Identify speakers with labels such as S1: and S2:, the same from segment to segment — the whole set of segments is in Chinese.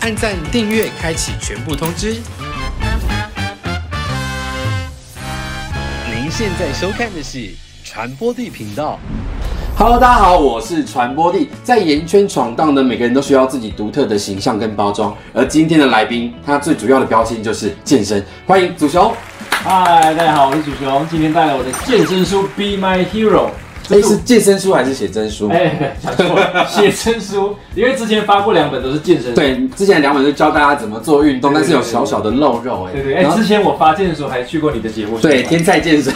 S1: 按赞、订阅、开启全部通知。您现在收看的是传播地频道。Hello，大家好，我是传播地。在演艺圈闯荡的每个人都需要自己独特的形象跟包装，而今天的来宾，他最主要的标签就是健身。欢迎祖雄。
S2: 嗨，大家好，我是楚雄，今天带来我的健身书《Be My Hero》。
S1: 哎，是健身书还是写真书？
S2: 哎，讲错了，写真书，因为之前发过两本都是健身书。
S1: 对，之前两本就教大家怎么做运动，
S2: 对
S1: 但
S2: 对
S1: 是有小小的漏肉哎、
S2: 对对，哎、
S1: 然后
S2: 之前我发健身的时候还去过你的节目。
S1: 对
S2: 是吧
S1: 天菜健 身，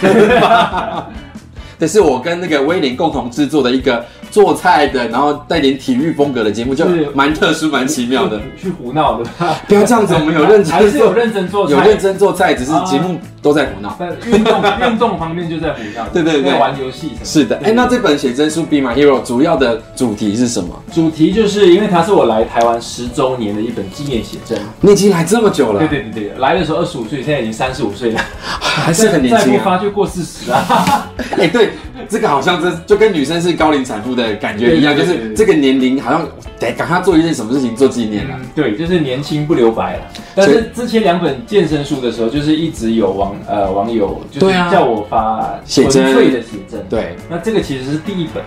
S1: 这是我跟那个威廉共同制作的一个做菜的，然后带点体育风格的节目，就是蛮特殊、蛮奇妙的。
S2: 去胡闹对吧？
S1: 不要这样子，我们有认
S2: 还
S1: 真
S2: 是有
S1: 做，
S2: 认真做菜，
S1: 有认真做菜，啊只是节目都在胡闹。
S2: 但运 动运动方面就在胡闹，
S1: 对对对
S2: 在玩游戏什么的。
S1: 是的，哎，那这本写真书《Be My Hero》主要的主题是什么？
S2: 主题就是因为它是我来台湾十周年的一本纪念写真。
S1: 你已经来这么久了
S2: 对，对对对，来的时候二十五岁，现在已经三十五岁了，
S1: 还是很年
S2: 再
S1: 轻
S2: 不
S1: 啊。
S2: 发就过四十啊。
S1: 哎、对，这个好像这就跟女生是高龄产妇的感觉一样，就
S2: 对对对
S1: 是
S2: 对
S1: 这个年龄好像得赶快做一件什么事情做纪念啊。
S2: 嗯，对，就是年轻不留白了。但
S1: 所
S2: 是之前两本健身书的时候，就是一直有网呃网友就
S1: 对
S2: 是
S1: 啊
S2: 叫我发
S1: 写
S2: 纯
S1: 真
S2: 粹的写真。
S1: 对，
S2: 那这个其实是第一本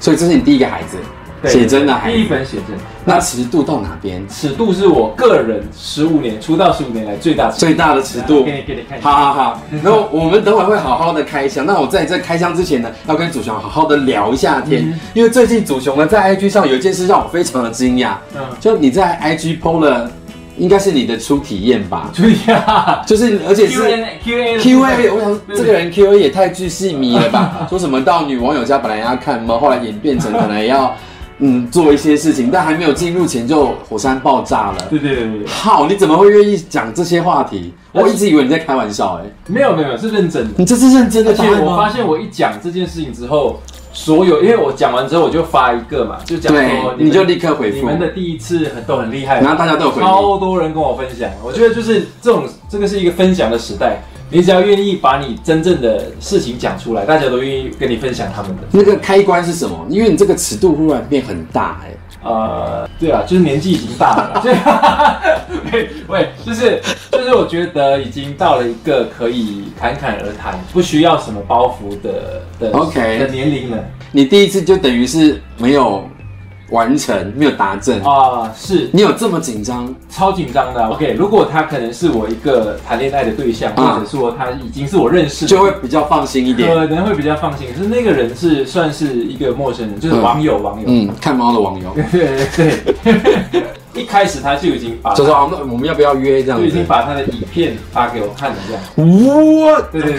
S1: 所以这是你第一个孩子，
S2: 对
S1: 写真的孩哎
S2: 第一
S1: 子。
S2: 本写真。
S1: 那
S2: 那
S1: 尺度到哪边？
S2: 尺度是我个人十五年出道十五年来最大尺度。
S1: 最大的尺度
S2: 给。你给你看一下。
S1: 好好好，那我们等会会好好的开箱。那我在这开箱之前呢，要跟祖雄好好的聊一下天，
S2: 嗯
S1: 因为最近祖雄呢在 IG 上有一件事让我非常的惊讶，
S2: 嗯，
S1: 就你在 IG PO 了，应该是你的初体验吧，
S2: 注意啊
S1: 就是而且是
S2: ，Q&A Q&A
S1: Q A，我想说这个人 Q A 也太巨细迷了 吧？说什么到女网友家本来要看猫，后来演变成可能要嗯做一些事情，但还没有进入前就火山爆炸了。
S2: 对对对对对，
S1: 好，你怎么会愿意讲这些话题？我一直以为你在开玩笑哎、
S2: 没有没有没有是认真的。
S1: 你这是认真的
S2: 而
S1: 答
S2: 且
S1: 案
S2: 我发
S1: 吗？
S2: 现我一讲这件事情之后，所有因为我讲完之后我就发一个嘛，就讲
S1: 对
S2: 说，
S1: 你
S2: 们
S1: 就立刻回
S2: 你
S1: 复
S2: 们，的第一次很都很厉害
S1: 然，后大家都有回应。
S2: 超多人跟我分享。我觉得就是这种，这个是一个分享的时代，你只要愿意把你真正的事情讲出来，大家都愿意跟你分享他们的。
S1: 那个开关是什么？因为你这个尺度忽然变很大哎、
S2: 呃，对啊，就是年纪已经大了，所以 喂喂，就是就是我觉得已经到了一个可以侃侃而谈，不需要什么包袱的的
S1: OK
S2: 的年龄了。
S1: 你第一次就等于是没有完成，没有达正。
S2: 啊、是
S1: 你有这么紧张？
S2: 超紧张的啊。OK，如果他可能是我一个谈恋爱的对象，
S1: 嗯
S2: 或者说他已经是我认识的，
S1: 就会比较放心一点。
S2: 可能会比较放心。可是那个人是算是一个陌生人，就是网友，网友。
S1: 嗯，看猫的网友
S2: 对对对， 一开始他就已经把
S1: 就说啊，那我们要不要约这样
S2: 就已经
S1: 子？
S2: 把他的影片发给我看了，这样。
S1: 我
S2: 对对对，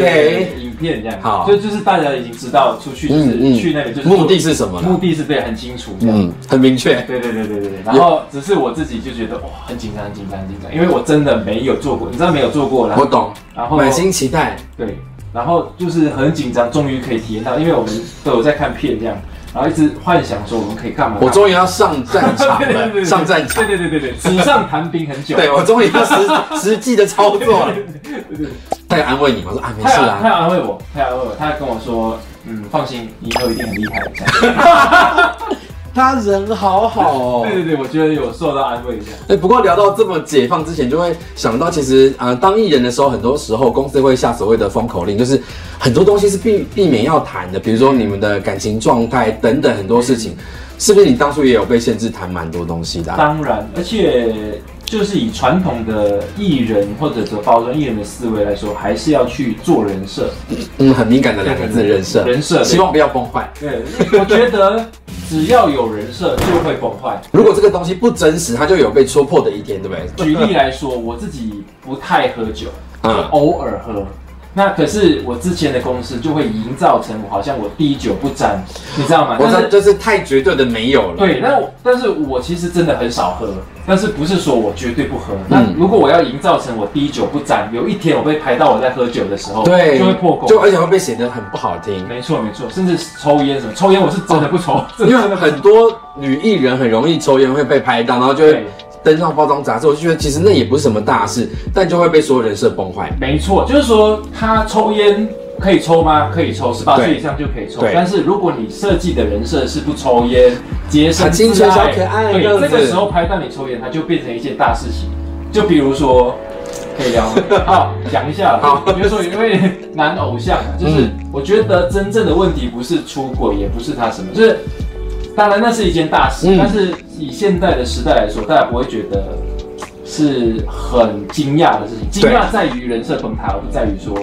S2: 对影片这样。
S1: 好
S2: 就就是大家已经知道出去就是、
S1: 嗯嗯
S2: 去那边就是
S1: 目的是什么
S2: 目
S1: 呢？
S2: 的是哦对很清楚这样。
S1: 嗯，很明确。
S2: 对对对对对对，然后只是我自己就觉得哇，很紧张，很紧张，很紧张，因为我真的没有做过，你知道没有做过，然
S1: 我
S2: 后
S1: 懂，
S2: 然后
S1: 满心期待。
S2: 对，然后就是很紧张，终于可以体验到，因为我们都有在看片这样，然后一直幻想说我们可以干嘛，
S1: 我终于要上战场
S2: 对 对对
S1: 了，
S2: 对
S1: 上战场。
S2: 对对对对对，纸上谈兵很久，
S1: 对，我终于要实实际的操作了。 他有安慰你吗？说啊，没
S2: 他
S1: 事
S2: 有他
S1: 啦。
S2: 有安慰我，他有安慰我，他还跟我说，嗯，放心，你以后一定很厉害。这样
S1: 他人好好哦
S2: 对。对对，我觉得有受到安慰这样。
S1: 哎，不过聊到这么解放之前，就会想到，其实啊、呃当艺人的时候，很多时候公司会下所谓的封口令，就是很多东西是避避免要谈的，比如说你们的感情状态等等很多事情，是不是你当初也有被限制谈蛮多东西的啊、
S2: 当然，而且就是以传统的艺人或者说包装艺人的思维来说，还是要去做人设。
S1: 嗯，很敏感的两个字，人设，
S2: 人设对
S1: 希望不要崩坏。
S2: 对，我觉得只要有人设就会崩坏。
S1: 如果这个东西不真实，它就有被戳破的一天，对不对？
S2: 举例来说，我自己不太喝酒，
S1: 嗯
S2: 偶尔喝。那可是我之前的公司就会营造成我好像我滴酒不沾，你知道吗？
S1: 我
S2: 但
S1: 这
S2: 是
S1: 就是太绝对的没有了。
S2: 对，那我但是我其实真的很少喝，但是不是说我绝对不喝？那
S1: 嗯
S2: 如果我要营造成我滴酒不沾，有一天我被拍到我在喝酒的时候，
S1: 对，
S2: 哦就会破功。
S1: 就而且会被显得很不好听。
S2: 没错没错，甚至抽烟什么，抽烟我是真的不抽，真
S1: 因为
S2: 的真的不抽
S1: 很多女艺人很容易抽烟会被拍到，然后就会
S2: 对
S1: 登上包装杂志，我就觉得其实那也不是什么大事，但就会被说人设崩坏。
S2: 没错，就是说他抽烟可以抽吗？可以抽，十八岁以上就可以抽
S1: 对。
S2: 但是如果你设计的人设是不抽烟、洁身
S1: 很清
S2: 自
S1: 纯
S2: 爱，
S1: 小可爱
S2: 对，
S1: 这样子
S2: 这个时候拍到你抽烟，它就变成一件大事情。就比如说，可以聊吗？ 好，讲一下。
S1: 好
S2: 比如说因为男偶像，就是
S1: 嗯
S2: 我觉得真正的问题不是出轨，也不是他什么，就是当然那是一件大事，
S1: 嗯
S2: 但是以现在的时代来说，大家不会觉得是很惊讶的事情。惊讶在于人设崩塌，而不在于说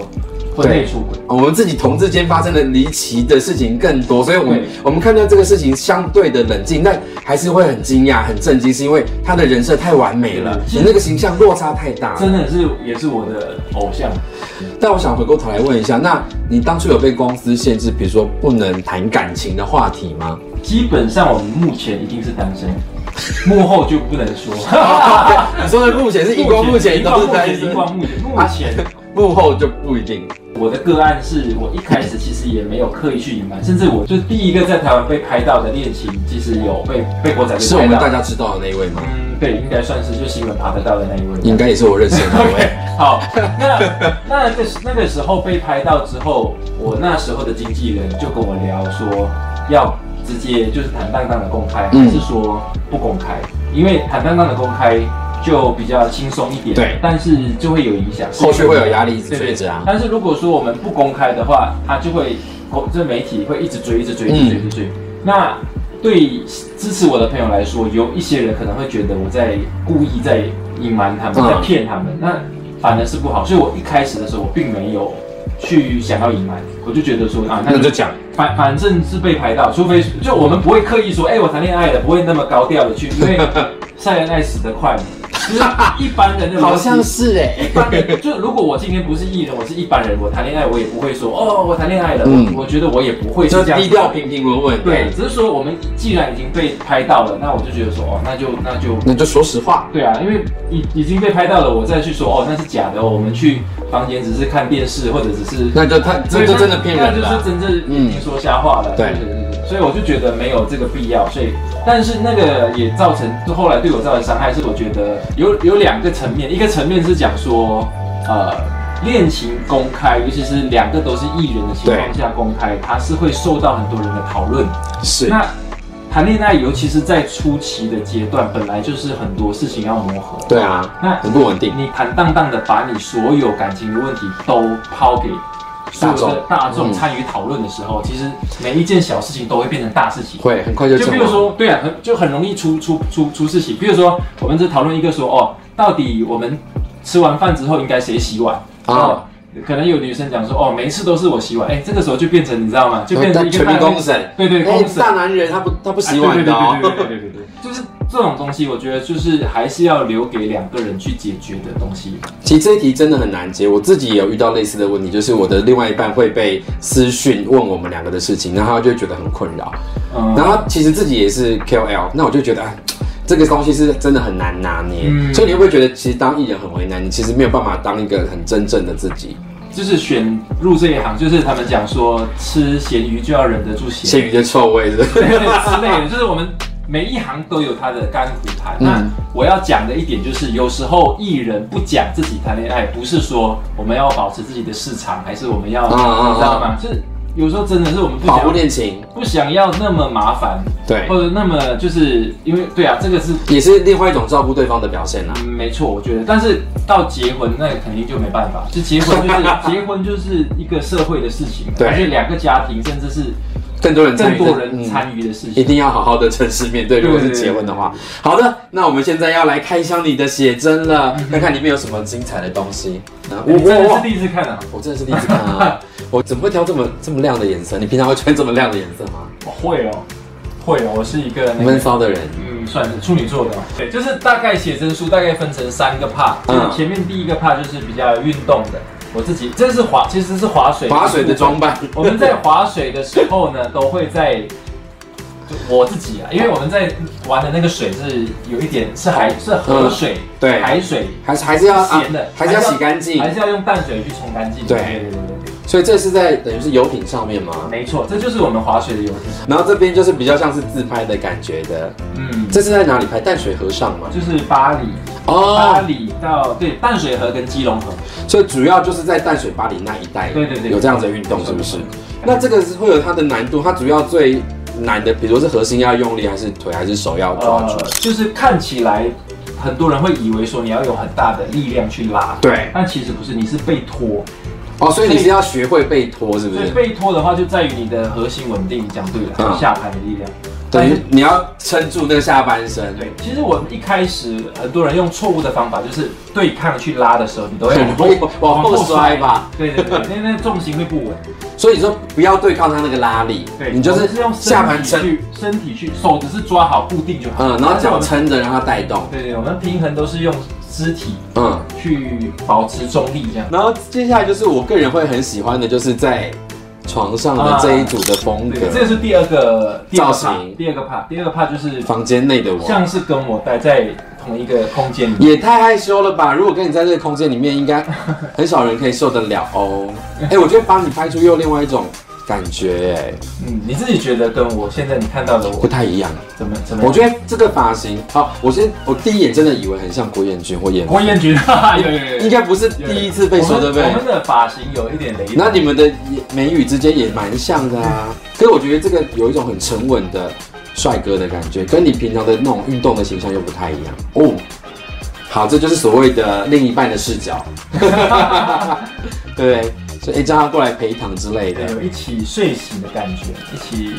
S2: 婚内出轨。
S1: 哦我们自己同志间发生的离奇的事情更多，所以我们
S2: 对
S1: 我们看到这个事情相对的冷静，但还是会很惊讶、很震惊，是因为他的人设太完美了，
S2: 对
S1: 你那个形象落差太大了。
S2: 真的是也是我的偶像，
S1: 但我想回过头来问一下，那你当初有被公司限制，比如说不能谈感情的话题吗？
S2: 基本上我们目前一定是单身，幕后就不能 说。
S1: 你说的目前是荧光幕前都是单身
S2: 荧， 光幕前，荧光幕前，啊目前
S1: 幕后就不一定。
S2: 我的个案是我一开始其实也没有刻意去隐瞒，甚至我就第一个在台湾被拍到的恋情，其实有被被国仔
S1: 是
S2: 队
S1: 我
S2: 拍
S1: 们大
S2: 到。
S1: 家知道的那一位吗？
S2: 嗯，对，应该算是就新闻爬得到的那一位。
S1: 应该也是我认识的那位
S2: OK，。好，那 那个时那个时候被拍到之后，我那时候的经纪人就跟我聊说，要直接就是坦荡荡的公开，
S1: 嗯
S2: 还是说不公开？因为坦荡荡的公开就比较轻松一点，
S1: 对
S2: 但是就会有影响，
S1: 后续会有压力一直
S2: 对
S1: 追
S2: 对
S1: 着啊
S2: 但是如果说我们不公开的话，他就会公这媒体会一直追，一直追，
S1: 嗯
S2: 一直追，一直追。那对支持我的朋友来说，有一些人可能会觉得我在故意在隐瞒他们，
S1: 嗯
S2: 在骗他们，那反而是不好。所以我一开始的时候，我并没有去想要隐瞒，我就觉得说啊，
S1: 那就讲，
S2: 反反正是被拍到，除非就我们不会刻意说，哎、我谈恋爱了，不会那么高调的去， 因为晒恩爱死得快嘛，就是一般人的逻辑
S1: 是哎
S2: 一般人，就如果我今天不是艺人，我是一般人，我谈恋爱我也不会说哦，我谈恋爱了，
S1: 嗯
S2: 我我觉得我也不 会
S1: 就是是
S2: 这样
S1: 低调、平平稳稳的。
S2: 对，，只是说我们既然已经被拍到了，那我就觉得说哦，那就那就
S1: 那就说实话。
S2: 对啊，因为已已经被拍到了，我再去说哦，那是假的哦，我们去房间只是看电视或者只是
S1: 那就他这就真的骗人
S2: 那就是
S1: 了。
S2: 真正眼睛说瞎话了。
S1: 对
S2: 对对对，所以我就觉得没有这个必要。所以，但是那个也造成后来对我造成伤害，是我觉得有有两个层面，一个层面是讲说，呃，恋情公开，尤其是两个都是艺人的情况下公开，它是会受到很多人的讨论。
S1: 是
S2: 那谈恋爱，尤其是在初期的阶段，本来就是很多事情要磨合。
S1: 对啊，
S2: 那
S1: 很不稳定。
S2: 你坦荡荡的把你所有感情的问题都抛给所有的大众
S1: 嗯
S2: 参与讨论的时候，其实每一件小事情都会变成大事情。
S1: 会很快就
S2: 就
S1: 阵
S2: 比如
S1: 亡，
S2: 说，对啊，很就很容易出出出出事情。比如说，我们只讨论一个说，哦，到底我们吃完饭之后应该谁洗碗？
S1: 啊
S2: 哦，可能有女生讲说，哦，每次都是我洗碗。哎，这个时候就变成你知道吗？就变成一个
S1: 哦全
S2: 大
S1: 民公审。
S2: 对对
S1: 哎
S2: 公，审
S1: 大男人他不他不洗碗的
S2: 哎对
S1: 哦。
S2: 对对对对对对对，就是这种东西，我觉得就是还是要留给两个人去解决的东西。
S1: 其实这一题真的很难解，我自己也有遇到类似的问题，就是我的另外一半会被私讯问我们两个的事情，然后他就会觉得很困扰。
S2: 嗯
S1: 然后他其实自己也是 KOL，那我就觉得，哎，这个东西是真的很难拿捏。
S2: 嗯
S1: 所以你会不会觉得，其实当艺人很为难？你其实没有办法当一个很真正的自己。
S2: 就是选入这一行，就是他们讲说吃咸鱼就要忍得住咸
S1: 咸鱼的臭味是不 是
S2: 之类的，就是我们每一行都有它的甘苦谈。
S1: 嗯
S2: 那我要讲的一点就是，有时候艺人不讲自己谈恋爱，不是说我们要保持自己的市场，还是我们要，
S1: 啊啊啊
S2: 你知道吗？就是有时候真的是我们不
S1: 保护
S2: 想要
S1: 恋情，
S2: 不想要那么麻烦，
S1: 对，
S2: 或者那么就是因为对啊，这个是
S1: 也是另外一种照顾对方的表现啦。
S2: 嗯，没错，我觉得，但是到结婚那肯定就没办法，就结婚就是 结婚就是一个社会的事情，
S1: 对
S2: 而且两个家庭甚至是
S1: 更多人参
S2: 更
S1: 与，嗯
S2: 多人
S1: 与、
S2: 参与的事
S1: 一
S2: 情。
S1: 定要好好的诚实面对。
S2: 对
S1: 如果是结婚的话，好的，那我们现在要来开箱你的写真了，看看里面有什么精彩的东西。啊
S2: 嗯我真的是第一次看啊，
S1: 我真的是第一次看 啊！我怎么会挑这么这么亮的颜色？你平常会穿这么亮的颜色吗？
S2: 我会哦，会哦，我是一个那
S1: 闷
S2: 个。
S1: 骚的人，
S2: 嗯，算是处女座的嘛，对，就是大概写真书大概分成三个 part，、
S1: 嗯
S2: 前面第一个 part 就是比较运动的，我自己这是滑，其实是划水，
S1: 划水的装扮，
S2: 我们在划水的时候呢，都会在就我自己啊，因为我们在玩的那个水是有一点是海是河水，
S1: 对
S2: 海水
S1: 还是还是要啊
S2: 咸的，
S1: 还是要洗干净
S2: 还。是要用淡水去冲干净。
S1: 对
S2: 对对对对。
S1: 所以这是在等于是游艇上面吗？
S2: 没错，这就是我们划水的游艇。
S1: 然后这边就是比较像是自拍的感觉的，
S2: 嗯，
S1: 这是在哪里拍？淡水河上吗？
S2: 就是巴黎，巴
S1: 哦，
S2: 黎到对淡水河跟基隆河，
S1: 所以主要就是在淡水巴黎那一带，
S2: 对对对
S1: 有这样子的运动是不是？那这个是会有它的难度，它主要最难的，比如说是核心要用力，还是腿，还是手要抓
S2: 呃
S1: 住？，
S2: 就是看起来很多人会以为说你要有很大的力量去拉，
S1: 对，
S2: 但其实不是，你是被拖。
S1: 哦，所以你是要学会被拖，是不
S2: 所以
S1: 是？
S2: 被拖的话，就在于你的核心稳定，讲对了，
S1: 嗯
S2: 下盘的力量。
S1: 等于你要撑住那个下半身，
S2: 对，其实我一开始很多人用错误的方法，就是对抗去拉的时候，你都会
S1: 很容易往后摔吧。
S2: 对对对，因为那重心会不稳。
S1: 所以你说不要对抗它那个拉力，
S2: 对，
S1: 你就
S2: 我
S1: 是
S2: 们用
S1: 下
S2: 身
S1: 盘
S2: 体
S1: 撑，
S2: 去，身体去，手只是抓好固定就好。
S1: 嗯，然后
S2: 但是我
S1: 脚
S2: 们。
S1: 撑着让它带动，
S2: 对对，我们平衡都是用肢体
S1: 嗯。
S2: 去保持中立这样。
S1: 然后接下来就是我个人会很喜欢的，就是在床上的这一组的风格
S2: 对，，这个是第二个第二个
S1: 嗯造
S2: part，
S1: 型
S2: 第二个 part，第二个 part 就是
S1: 房间内的我。
S2: 像是跟我待在同一个空间里面。
S1: 也太害羞了吧！如果跟你在这个空间里面，应该很少人可以受得了哦。 哎、我觉得把你拍出又另外一种感觉、哎，
S2: 嗯，你自己觉得跟我现在你看到的
S1: 不
S2: 我
S1: 太一样。
S2: 怎么怎么
S1: 我
S2: 样？
S1: 觉得这个发型，好，我先我第一眼真的以为很像郭彦均或彦，
S2: 郭彦均，哈哈， 有有有有
S1: 应该不是第一次被说，对不
S2: 哦我
S1: 对
S2: 们我？们的发型有一点雷同。
S1: 那你们的也眉宇之间也蛮像的啊。可是我觉得这个有一种很沉稳的帅哥的感觉，跟你平常的那种运动的形象又不太一样哦。好，这就是所谓的另一半的视角， 对，所以哎叫他过来陪躺之类的。
S2: 有一起睡醒的感觉，一起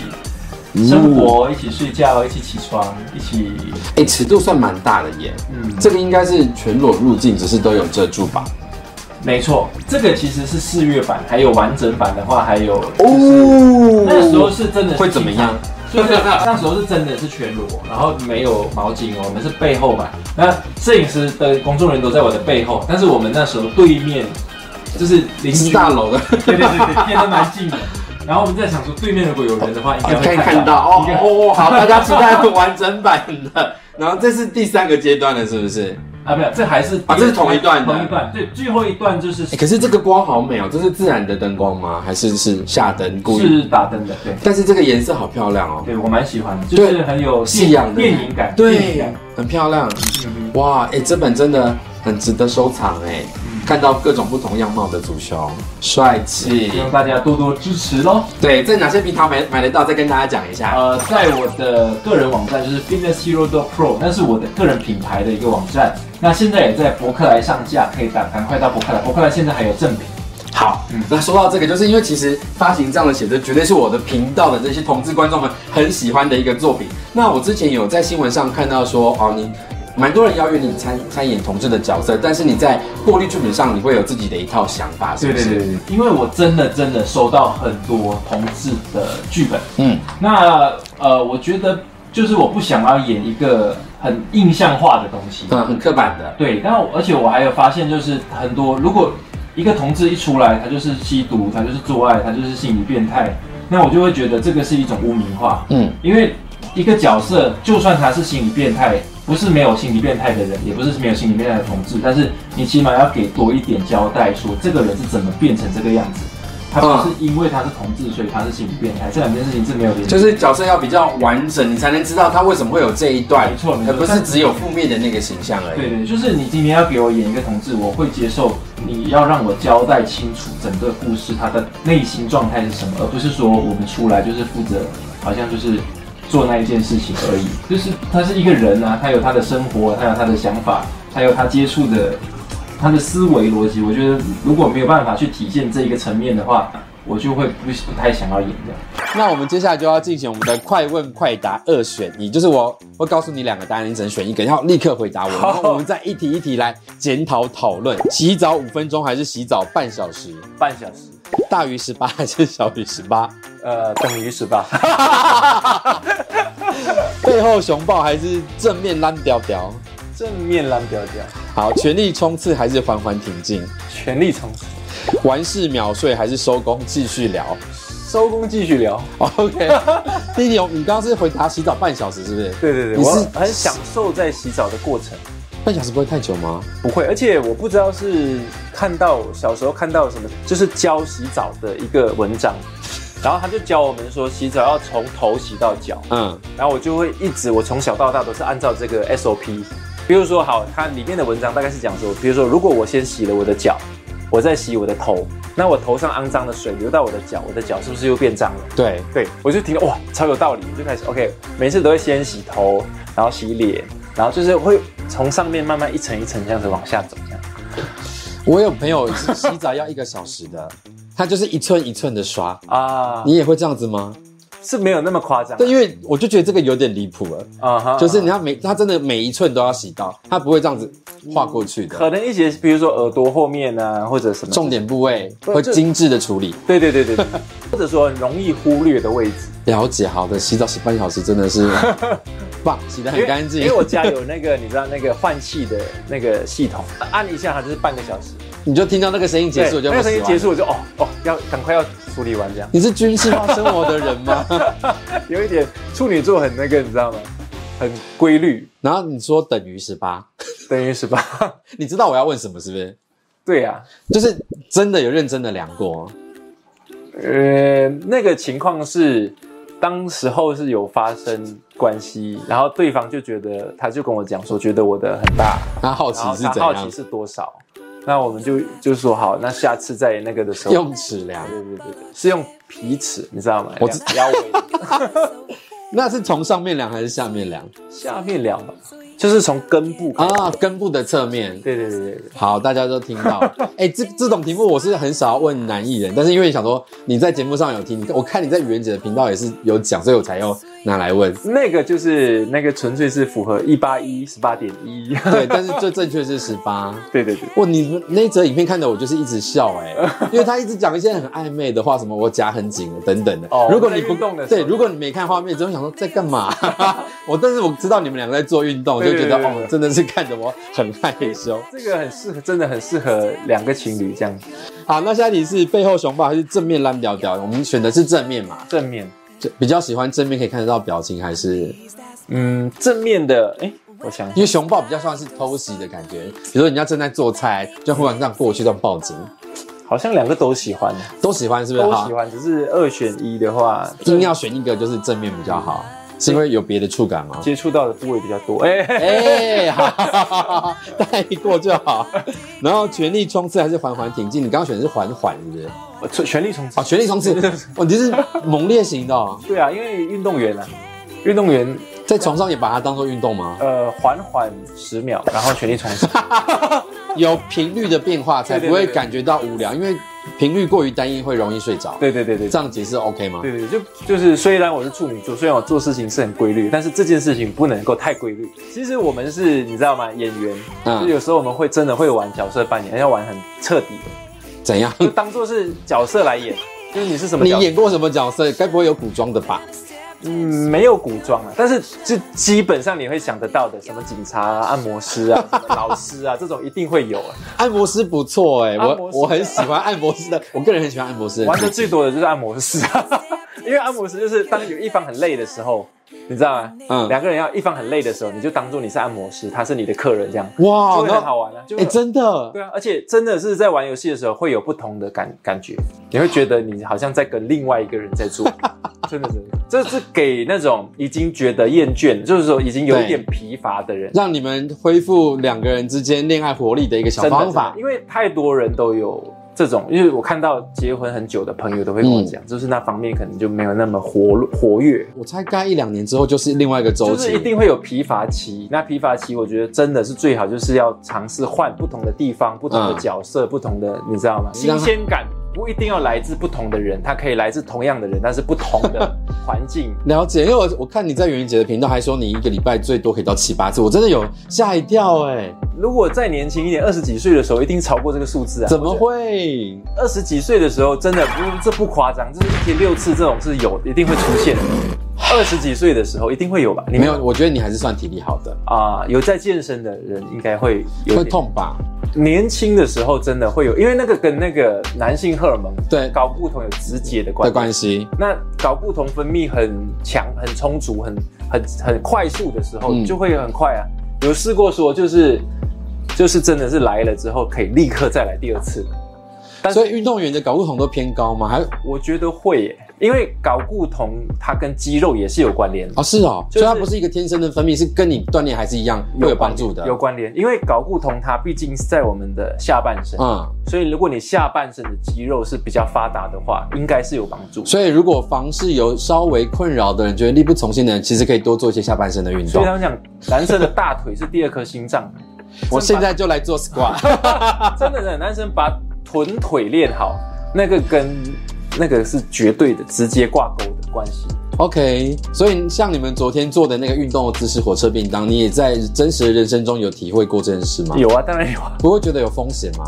S1: 嗯
S2: 生活，一起睡觉，一起起床，一起
S1: 哎、尺度算蛮大的耶，
S2: 嗯，
S1: 这个应该是全裸入境，只是都有遮住吧？
S2: 没错，这个其实是四月版，还有完整版的话，还有就是
S1: 哦
S2: 那时候是真的是
S1: 会怎么样？
S2: 就是那时候是真的是全裸，然后没有毛巾哦，我们是背后嘛。那摄影师的工作人员都在我的背后，但是我们那时候对面就是邻
S1: 是
S2: 居，
S1: 大楼的，
S2: 对对对对，贴得蛮近的。然后我们在想说，对面如果有人的话，应该
S1: 可
S2: 会
S1: 以看到
S2: 应该
S1: 哦哦，哦好，大家期待完整版的。然后这是第三个阶段了，是不是？
S2: 啊，没有，这还是
S1: 啊这是同一段的
S2: 同一段。对，最后一段就是
S1: 欸可是这个光好美哦，这是自然的灯光吗？还是是下灯故意？
S2: 是打灯的，对
S1: 但是这个颜色好漂亮哦，
S2: 对，我蛮喜欢的，就是很有
S1: 夕阳的
S2: 电影感，电影
S1: 对
S2: 感，
S1: 很漂亮。
S2: 嗯嗯
S1: 哇，哎、这本真的很值得收藏哎、
S2: 嗯
S1: 看到各种不同样貌的足球，帅气
S2: 希。望大家多多支持喽。
S1: 对，在哪些平台买买得到？再跟大家讲一下。
S2: 呃，在我的个人网站就是 fitnesshero.pro，那是我的个人品牌的一个网站。那现在也在博客来上架，可以打赶快到博客来，博客来现在还有赠品。
S1: 好
S2: 嗯，
S1: 那说到这个，就是因为其实发行这样的写真，绝对是我的频道的这些同志观众们很喜欢的一个作品。那我之前有在新闻上看到说，哦，你蛮多人邀约你参参演同志的角色，但是你在过滤剧本上，你会有自己的一套想法，是不是？
S2: 对，因为我真的真的收到很多同志的剧本，
S1: 嗯，
S2: 那呃，我觉得就是我不想要演一个很印象化的东西。
S1: 嗯，很刻板的，
S2: 对，但我而且我还有发现，就是很多如果一个同志一出来，他就是吸毒，他就是做爱，他就是心理变态，那我就会觉得这个是一种污名化。
S1: 嗯，
S2: 因为一个角色，就算他是心理变态，不是没有心理变态的人，也不是没有心理变态的同志，但是你起码要给多一点交代，说这个人是怎么变成这个样子。他不是因为他是同志，所以他是心理变态，这两件事情是没有联系
S1: 就。是角色要比较完整，你才能知道他为什么会有这一段，
S2: 没错没错
S1: 而不是只有负面的那个形象而
S2: 对
S1: 已。
S2: 对，就是你今天要给我演一个同志，我会接受。你要让我交代清楚整个故事，他的内心状态是什么，而不是说我们出来就是负责，好像就是做那一件事情而已。就是他是一个人啊，他有他的生活，他有他的想法，还有他接触的他的思维逻辑。我觉得如果没有办法去体现这一个层面的话，我就会不不太想要演这样。
S1: 那我们接下来就要进行我们的快问快答二选一，就是我会告诉你两个答案，你只能选一个，要立刻回答我，然后我们再一题一题来检讨讨论。洗澡五分钟还是洗澡半小时？
S3: 半小时，
S1: 大于十八还是小于十八？
S3: 呃，等于 十八，
S1: 背后熊抱还是正面烂屌屌？
S3: 正面蓝表表，
S1: 好，全力冲刺还是缓缓挺进？
S3: 全力冲刺，
S1: 完事秒睡还是收工继续聊
S3: 收工继续聊。
S1: ？OK，第一题，你刚刚是回答洗澡半小时是不是？
S3: 对对对，
S1: 你
S3: 我
S1: 是
S3: 很享受在洗澡的过程，
S1: 半小时不会太久吗？
S3: 不会，而且我不知道是看到小时候看到什么，就是教洗澡的一个文章，然后他就教我们说洗澡要从头洗到脚，
S1: 嗯，
S3: 然后我就会一直，我从小到大都是按照这个 SOP。比如说，好，它里面的文章大概是讲说，比如说，如果我先洗了我的脚，我再洗我的头，那我头上肮脏的水流到我的脚，我的脚是不是又变脏了？
S1: 对，
S3: 对，我就听到哇，超有道理，我就开始 OK，每次都会先洗头，然后洗脸，然后就是会从上面慢慢一层一层这样子往下走，这样。
S1: 我有朋友是洗澡要一个小时的，他就是一寸一寸的刷。
S3: 啊，
S1: 你也会这样子吗？
S3: 是没有那么夸张啊，
S1: 对，因为我就觉得这个有点离谱了，
S3: 啊哈
S1: 就是你要
S3: 啊
S1: 每他真的每一寸都要洗到，他不会这样子划过去
S3: 哈
S1: 的。
S3: 可能一些，比如说耳朵后面啊，或者什么
S1: 重点部位
S3: 对
S1: 会
S3: 这
S1: 精致的处理。
S3: 对对对对，对 或者说容易忽略的位置，
S1: 了解，好的，洗澡洗半小时真的 是棒，洗得
S3: 因
S1: 很
S3: 为
S1: 干净
S3: 因为。我家有那个，你知道那个换气的那个系统，啊按一下它就是半个小时，
S1: 你就听到那个声音结束，
S3: 对
S1: 就
S3: 那个声
S1: 声
S3: 音结。束，我就哦哦，要赶快要处理完这样，
S1: 你是军事化生活的人 吗？
S3: 有一点处女座很那个，你知道吗？很规律，
S1: 然后你说等于十八，
S3: 等于十八，
S1: 你知道我要问什么是不是？
S3: 对啊呀、
S1: 就是真的有认真的量过，
S3: 呃，那个情况是，当时候是有发生关系，然后对方就觉得，他就跟我讲说，觉得我的很大，
S1: 他好奇
S3: 然后
S1: 是
S3: 他
S1: 怎
S3: 好奇
S1: 样？
S3: 是多少，那我们就就说好，那下次在那个的时候，
S1: 用尺量，
S3: 对对对对，是用皮尺，你知道吗？
S1: 我知
S3: 两腰围的
S1: 那是从上面量还是下面量？
S3: 下面量吧，就是从根部开始
S1: 啊，根部的侧面。
S3: 对对对对对，
S1: 好，大家都听到。哎、这这种题目我是很少要问男艺人，但是因为想说你在节目上有听，我看你在袁姐的频道也是有讲，所以我才要拿来问。
S3: 那个就是那个纯粹是符合一八一十八点一，
S1: 对，但是最正确是十八。
S3: 对对对，
S1: 哇，你们那则影片看的我就是一直笑哎、因为他一直讲一些很暧昧的话，什么我夹很紧等等的。
S3: 哦
S1: 如果你不
S3: 在运动的时候
S1: 对，如果你没看画面，只会想说在干嘛？ 我但是我知道你们两个在做运动，就觉得
S3: 对对对对
S1: 哦，真的是看得我很害羞。
S3: 这个很适合，真的很适合两个情侣这样
S1: 好，那下一题是背后熊抱还是正面烂屌屌？我们选的是正面嘛，
S3: 正面。
S1: 就比较喜欢正面可以看得到表情，还是
S3: 嗯，正面的，哎，我想
S1: 因为熊抱比较像是偷袭的感觉，比如说人家正在做菜，就忽然这样过去这样抱紧，
S3: 好像两个都喜欢，
S1: 都喜欢是不是？
S3: 都
S1: 哈
S3: 喜欢，只是二选一的话，
S1: 硬要选一个就是正面比较好，是因为有别的触感吗？
S3: 接触到的部位比较多。哎，
S1: 哎，好好好好带过就好。然后全力冲刺还是缓缓挺进？你刚刚选的是缓缓，是不是？
S3: 我全全力冲刺
S1: 哦，。全力冲刺，哦，你是猛烈型的、哦，
S3: 对啊，因为运动员啊，运动员
S1: 在床上也把它当做运动吗？
S3: 呃缓缓十秒，然后全力冲 刺。
S1: 有频率的变化才不会感觉到无聊，因为频率过于单一会容易睡着。
S3: 对对对对
S1: 这。样解释 OK 吗？
S3: 对对，对就就是虽然我是处女座，虽然我做事情是很规律，但是这件事情不能够太规律。其实我们是，你知道吗？演员，
S1: 嗯
S3: 就是有时候我们会真的会玩角色扮演，要玩很彻底，
S1: 怎 样？
S3: 就当做是角色来演。就是你是什么
S1: 你
S3: 角色？
S1: 演过什么角色？该不会有古装的吧？
S3: 嗯，没有古装啊，但是就基本上你会想得到的，什么警察啊、按摩师 啊、什么老师啊，这种一定会有啊。
S1: 按摩师不错哎、
S3: 按
S1: 我
S3: 摩师
S1: 我很喜欢按摩师的，我个人很喜欢按摩师的
S3: 玩的最多的就是按摩师啊， 因为按摩师就是当有一方很累的时候，你知道吗？
S1: 嗯
S3: 两个人要一方很累的时候，你就当做你是按摩师，他是你的客人这样，就
S1: 哇，
S3: 会
S1: 那
S3: 很好玩啊。就
S1: 哎、
S3: 会很
S1: 真的，
S3: 对啊，而且真的是在玩游戏的时候会有不同的感感觉，你会觉得你好像在跟另外一个人 在做，真的真的，这是给那种已经觉得厌倦，就是说已经有一点疲乏的人。
S1: 让你们恢复两个人之间恋爱活力的一个小
S3: 真的
S1: 方法
S3: 真的。因为太多人都有这种，因为我看到结婚很久的朋友都会跟我讲，就是那方面可能就没有那么活活跃，
S1: 嗯我猜该一两年之后就是另外一个周
S3: 就是
S1: 期，
S3: 一定会有疲乏期。那疲乏期，我觉得真的是最好就是要尝试换不同的地方、不同的
S1: 嗯
S3: 角色、不同的，你知道吗？
S1: 让
S3: 新
S1: 它
S3: 鲜感不一定要来自不同的人，它可以来自同样的人，但是不同 的环境。
S1: 了解。因为我我看你在袁姐的频道还说你一个礼拜最多可以到七八次，我真的有吓一跳哎、
S3: 如果再年轻一点，二十几岁的时候，一定超过这个数字啊！
S1: 怎么会？
S3: 二十几岁的时候，真的不这不夸张，就是一天六次这种是有，一定会出现的。二十几岁的时候一定会有吧？你
S1: 没有，我觉得你还是算体力好的，
S3: 啊、有在健身的人应该会有
S1: 会
S3: 点。
S1: 痛吧？
S3: 年轻的时候真的会有，因为那个跟那个男性荷尔蒙
S1: 对
S3: 睾固酮有直接的关
S1: 的
S3: 系。
S1: 关系，
S3: 那睾固酮分泌很强、很充足、很很很快速的时候，
S1: 嗯
S3: 就会很快啊。有试过说，就是就是真的是来了之后可以立刻再来第二次。但是
S1: 所以运动员的睾固酮都偏高吗？还
S3: 我觉得会耶，因为睾固酮它跟肌肉也是有关联的。
S1: 哦是哦，
S3: 就是
S1: 所以它不是一个天生的分泌，是跟你锻炼还是一样会有帮助的。
S3: 有关联，因为睾固酮它毕竟是在我们的下半身，
S1: 嗯，
S3: 所以如果你下半身的肌肉是比较发达的话，应该是有帮助。
S1: 所以如果房事有稍微困扰的人，觉得力不从心的人，其实可以多做一些下半身的运
S3: 所
S1: 动
S3: 以他。们讲，男生的大腿是第二颗心脏。
S1: 我现在就来做 squat，
S3: 真的，真的，男生把臀腿练好，那个跟那个是绝对的直接挂钩的关系。
S1: OK，所以像你们昨天做的那个运动的姿势火车便当，你也在真实的人生中有体会过这件事吗？
S3: 有啊，当然有啊，
S1: 不会觉得有风险吗？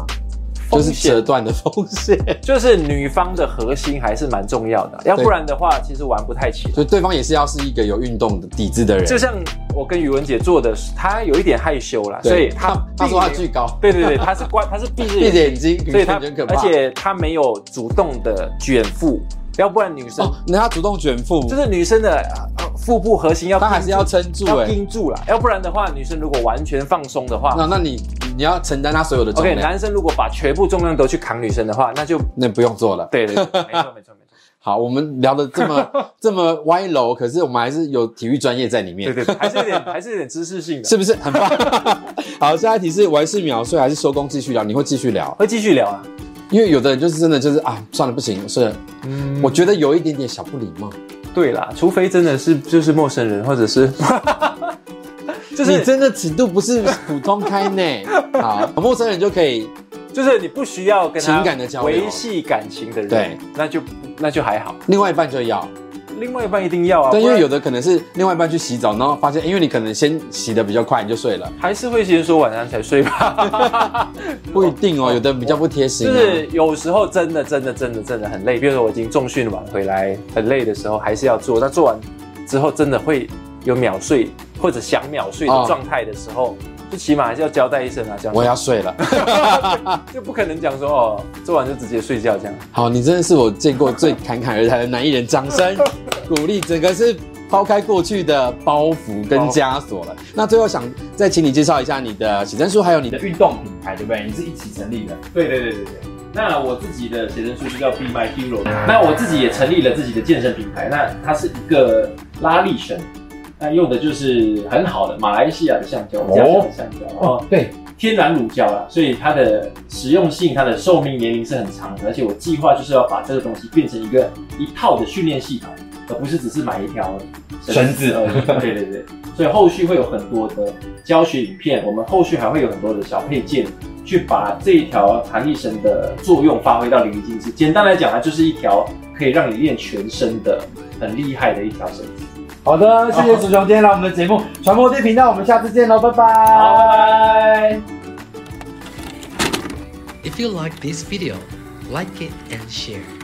S3: 风
S1: 就是
S3: 险
S1: 折断的风 险，
S3: 就是女方的核心还是蛮重要的，要不然的话，其实玩不太起来。
S1: 所以对方也是要是一个有运动的底子的人。
S3: 就像我跟宇文姐做的，她有一点害羞啦，
S1: 对
S3: 所以她
S1: 他他说他
S3: 并没有
S1: 巨高，
S3: 对对对，她是关，她是 闭着
S1: 闭着
S3: 眼睛，
S1: 眼睛，
S3: 所以
S1: 他
S3: 她
S1: 很可
S3: 而
S1: 怕。
S3: 且她没有主动的卷腹，要不然女生、
S1: 哦，那他主动卷腹，
S3: 就是女生的、呃腹部核心要
S1: 他还是
S3: 盯住
S1: 要撑住
S3: 要
S1: 哎、哦
S3: 盯住啦，要不然的话，女生如果完全放松的话
S1: 那那你你要承担他所有的重
S3: ，OK，
S1: 量
S3: 男生如果把全部重量都去扛女生的话，那就
S1: 那不用做了。
S3: 对 对对，没错没错没错，
S1: 好，我们聊的这 么这么歪楼，可是我们还是有体育专业在里面
S3: 对，对对，还是有点还是有点知识性的，
S1: 是不是 很棒？好，下一题是我还是秒睡还是收工继续聊？你会继续聊，
S3: 会继续聊啊，
S1: 因为有的人就是真的就是啊，算了，不行，是
S3: 嗯，
S1: 我觉得有一点点小不礼貌。
S3: 对啦，除非真的是就是陌生人，或者 是，就
S1: 你
S3: 是
S1: 真的尺度不是普通开 呢。好，陌生人就可以
S3: 就是你不需要跟他
S1: 情感的交流
S3: 维系感情的人，
S1: 对，
S3: 那就那就还好。
S1: 另外一半就要，
S3: 另外一半一定要啊，
S1: 但因为有
S3: 不
S1: 的可能是另外一半去洗澡，然后发现，因为你可能先洗的比较快，你就睡了，
S3: 然还是会先说晚安才睡吧，
S1: 不一定哦，有的比较不贴心、
S3: 就
S1: 啊。
S3: 是有时候真的真的真的真的很累，比如说我已经重训完回来很累的时候，还是要做。那做完之后真的会有秒睡或者想秒睡
S1: 哦
S3: 的状态的时候，就起码还是要交代一声啊，这样
S1: 我要睡了。
S3: 就不可能讲说哦，做完就直接睡觉这样。
S1: 好，你真的是我见过最侃侃而谈的男艺人，掌声鼓励，整个是抛开过去的包袱跟枷锁了。那最后想再请你介绍一下你的写真书，还有你
S4: 你
S1: 的
S4: 的运动品牌对不对？你是一起成立的，
S2: 对对对对对。那我自己的写真书就叫 Be My Hero，那
S4: 嗯
S2: 我自己也成立了自己的健身品牌，那它是一个拉力绳，那用的就是很好的马来西亚的橡胶，我们家乡的橡胶，然后
S4: 哦对，
S2: 天然乳胶啦，所以它的实用性、它的寿命年龄是很长的，而且我计划就是要把这个东西变成一个一套的训练系统，而不是只是买一条
S4: 绳子
S2: 而已。对对对，所以后续会有很多的教学影片，我们后续还会有很多的小配件，去把这一条弹力绳的作用发挥到淋漓尽致。简单来讲，它啊就是一条可以让你练全身的很厉害的一条绳子。
S4: 好的，谢谢楚雄今天来我们的节目传播地频道，我们下次见喽，拜
S2: 好，
S4: 拜。
S2: 拜拜。
S5: If you like this video, like it and share.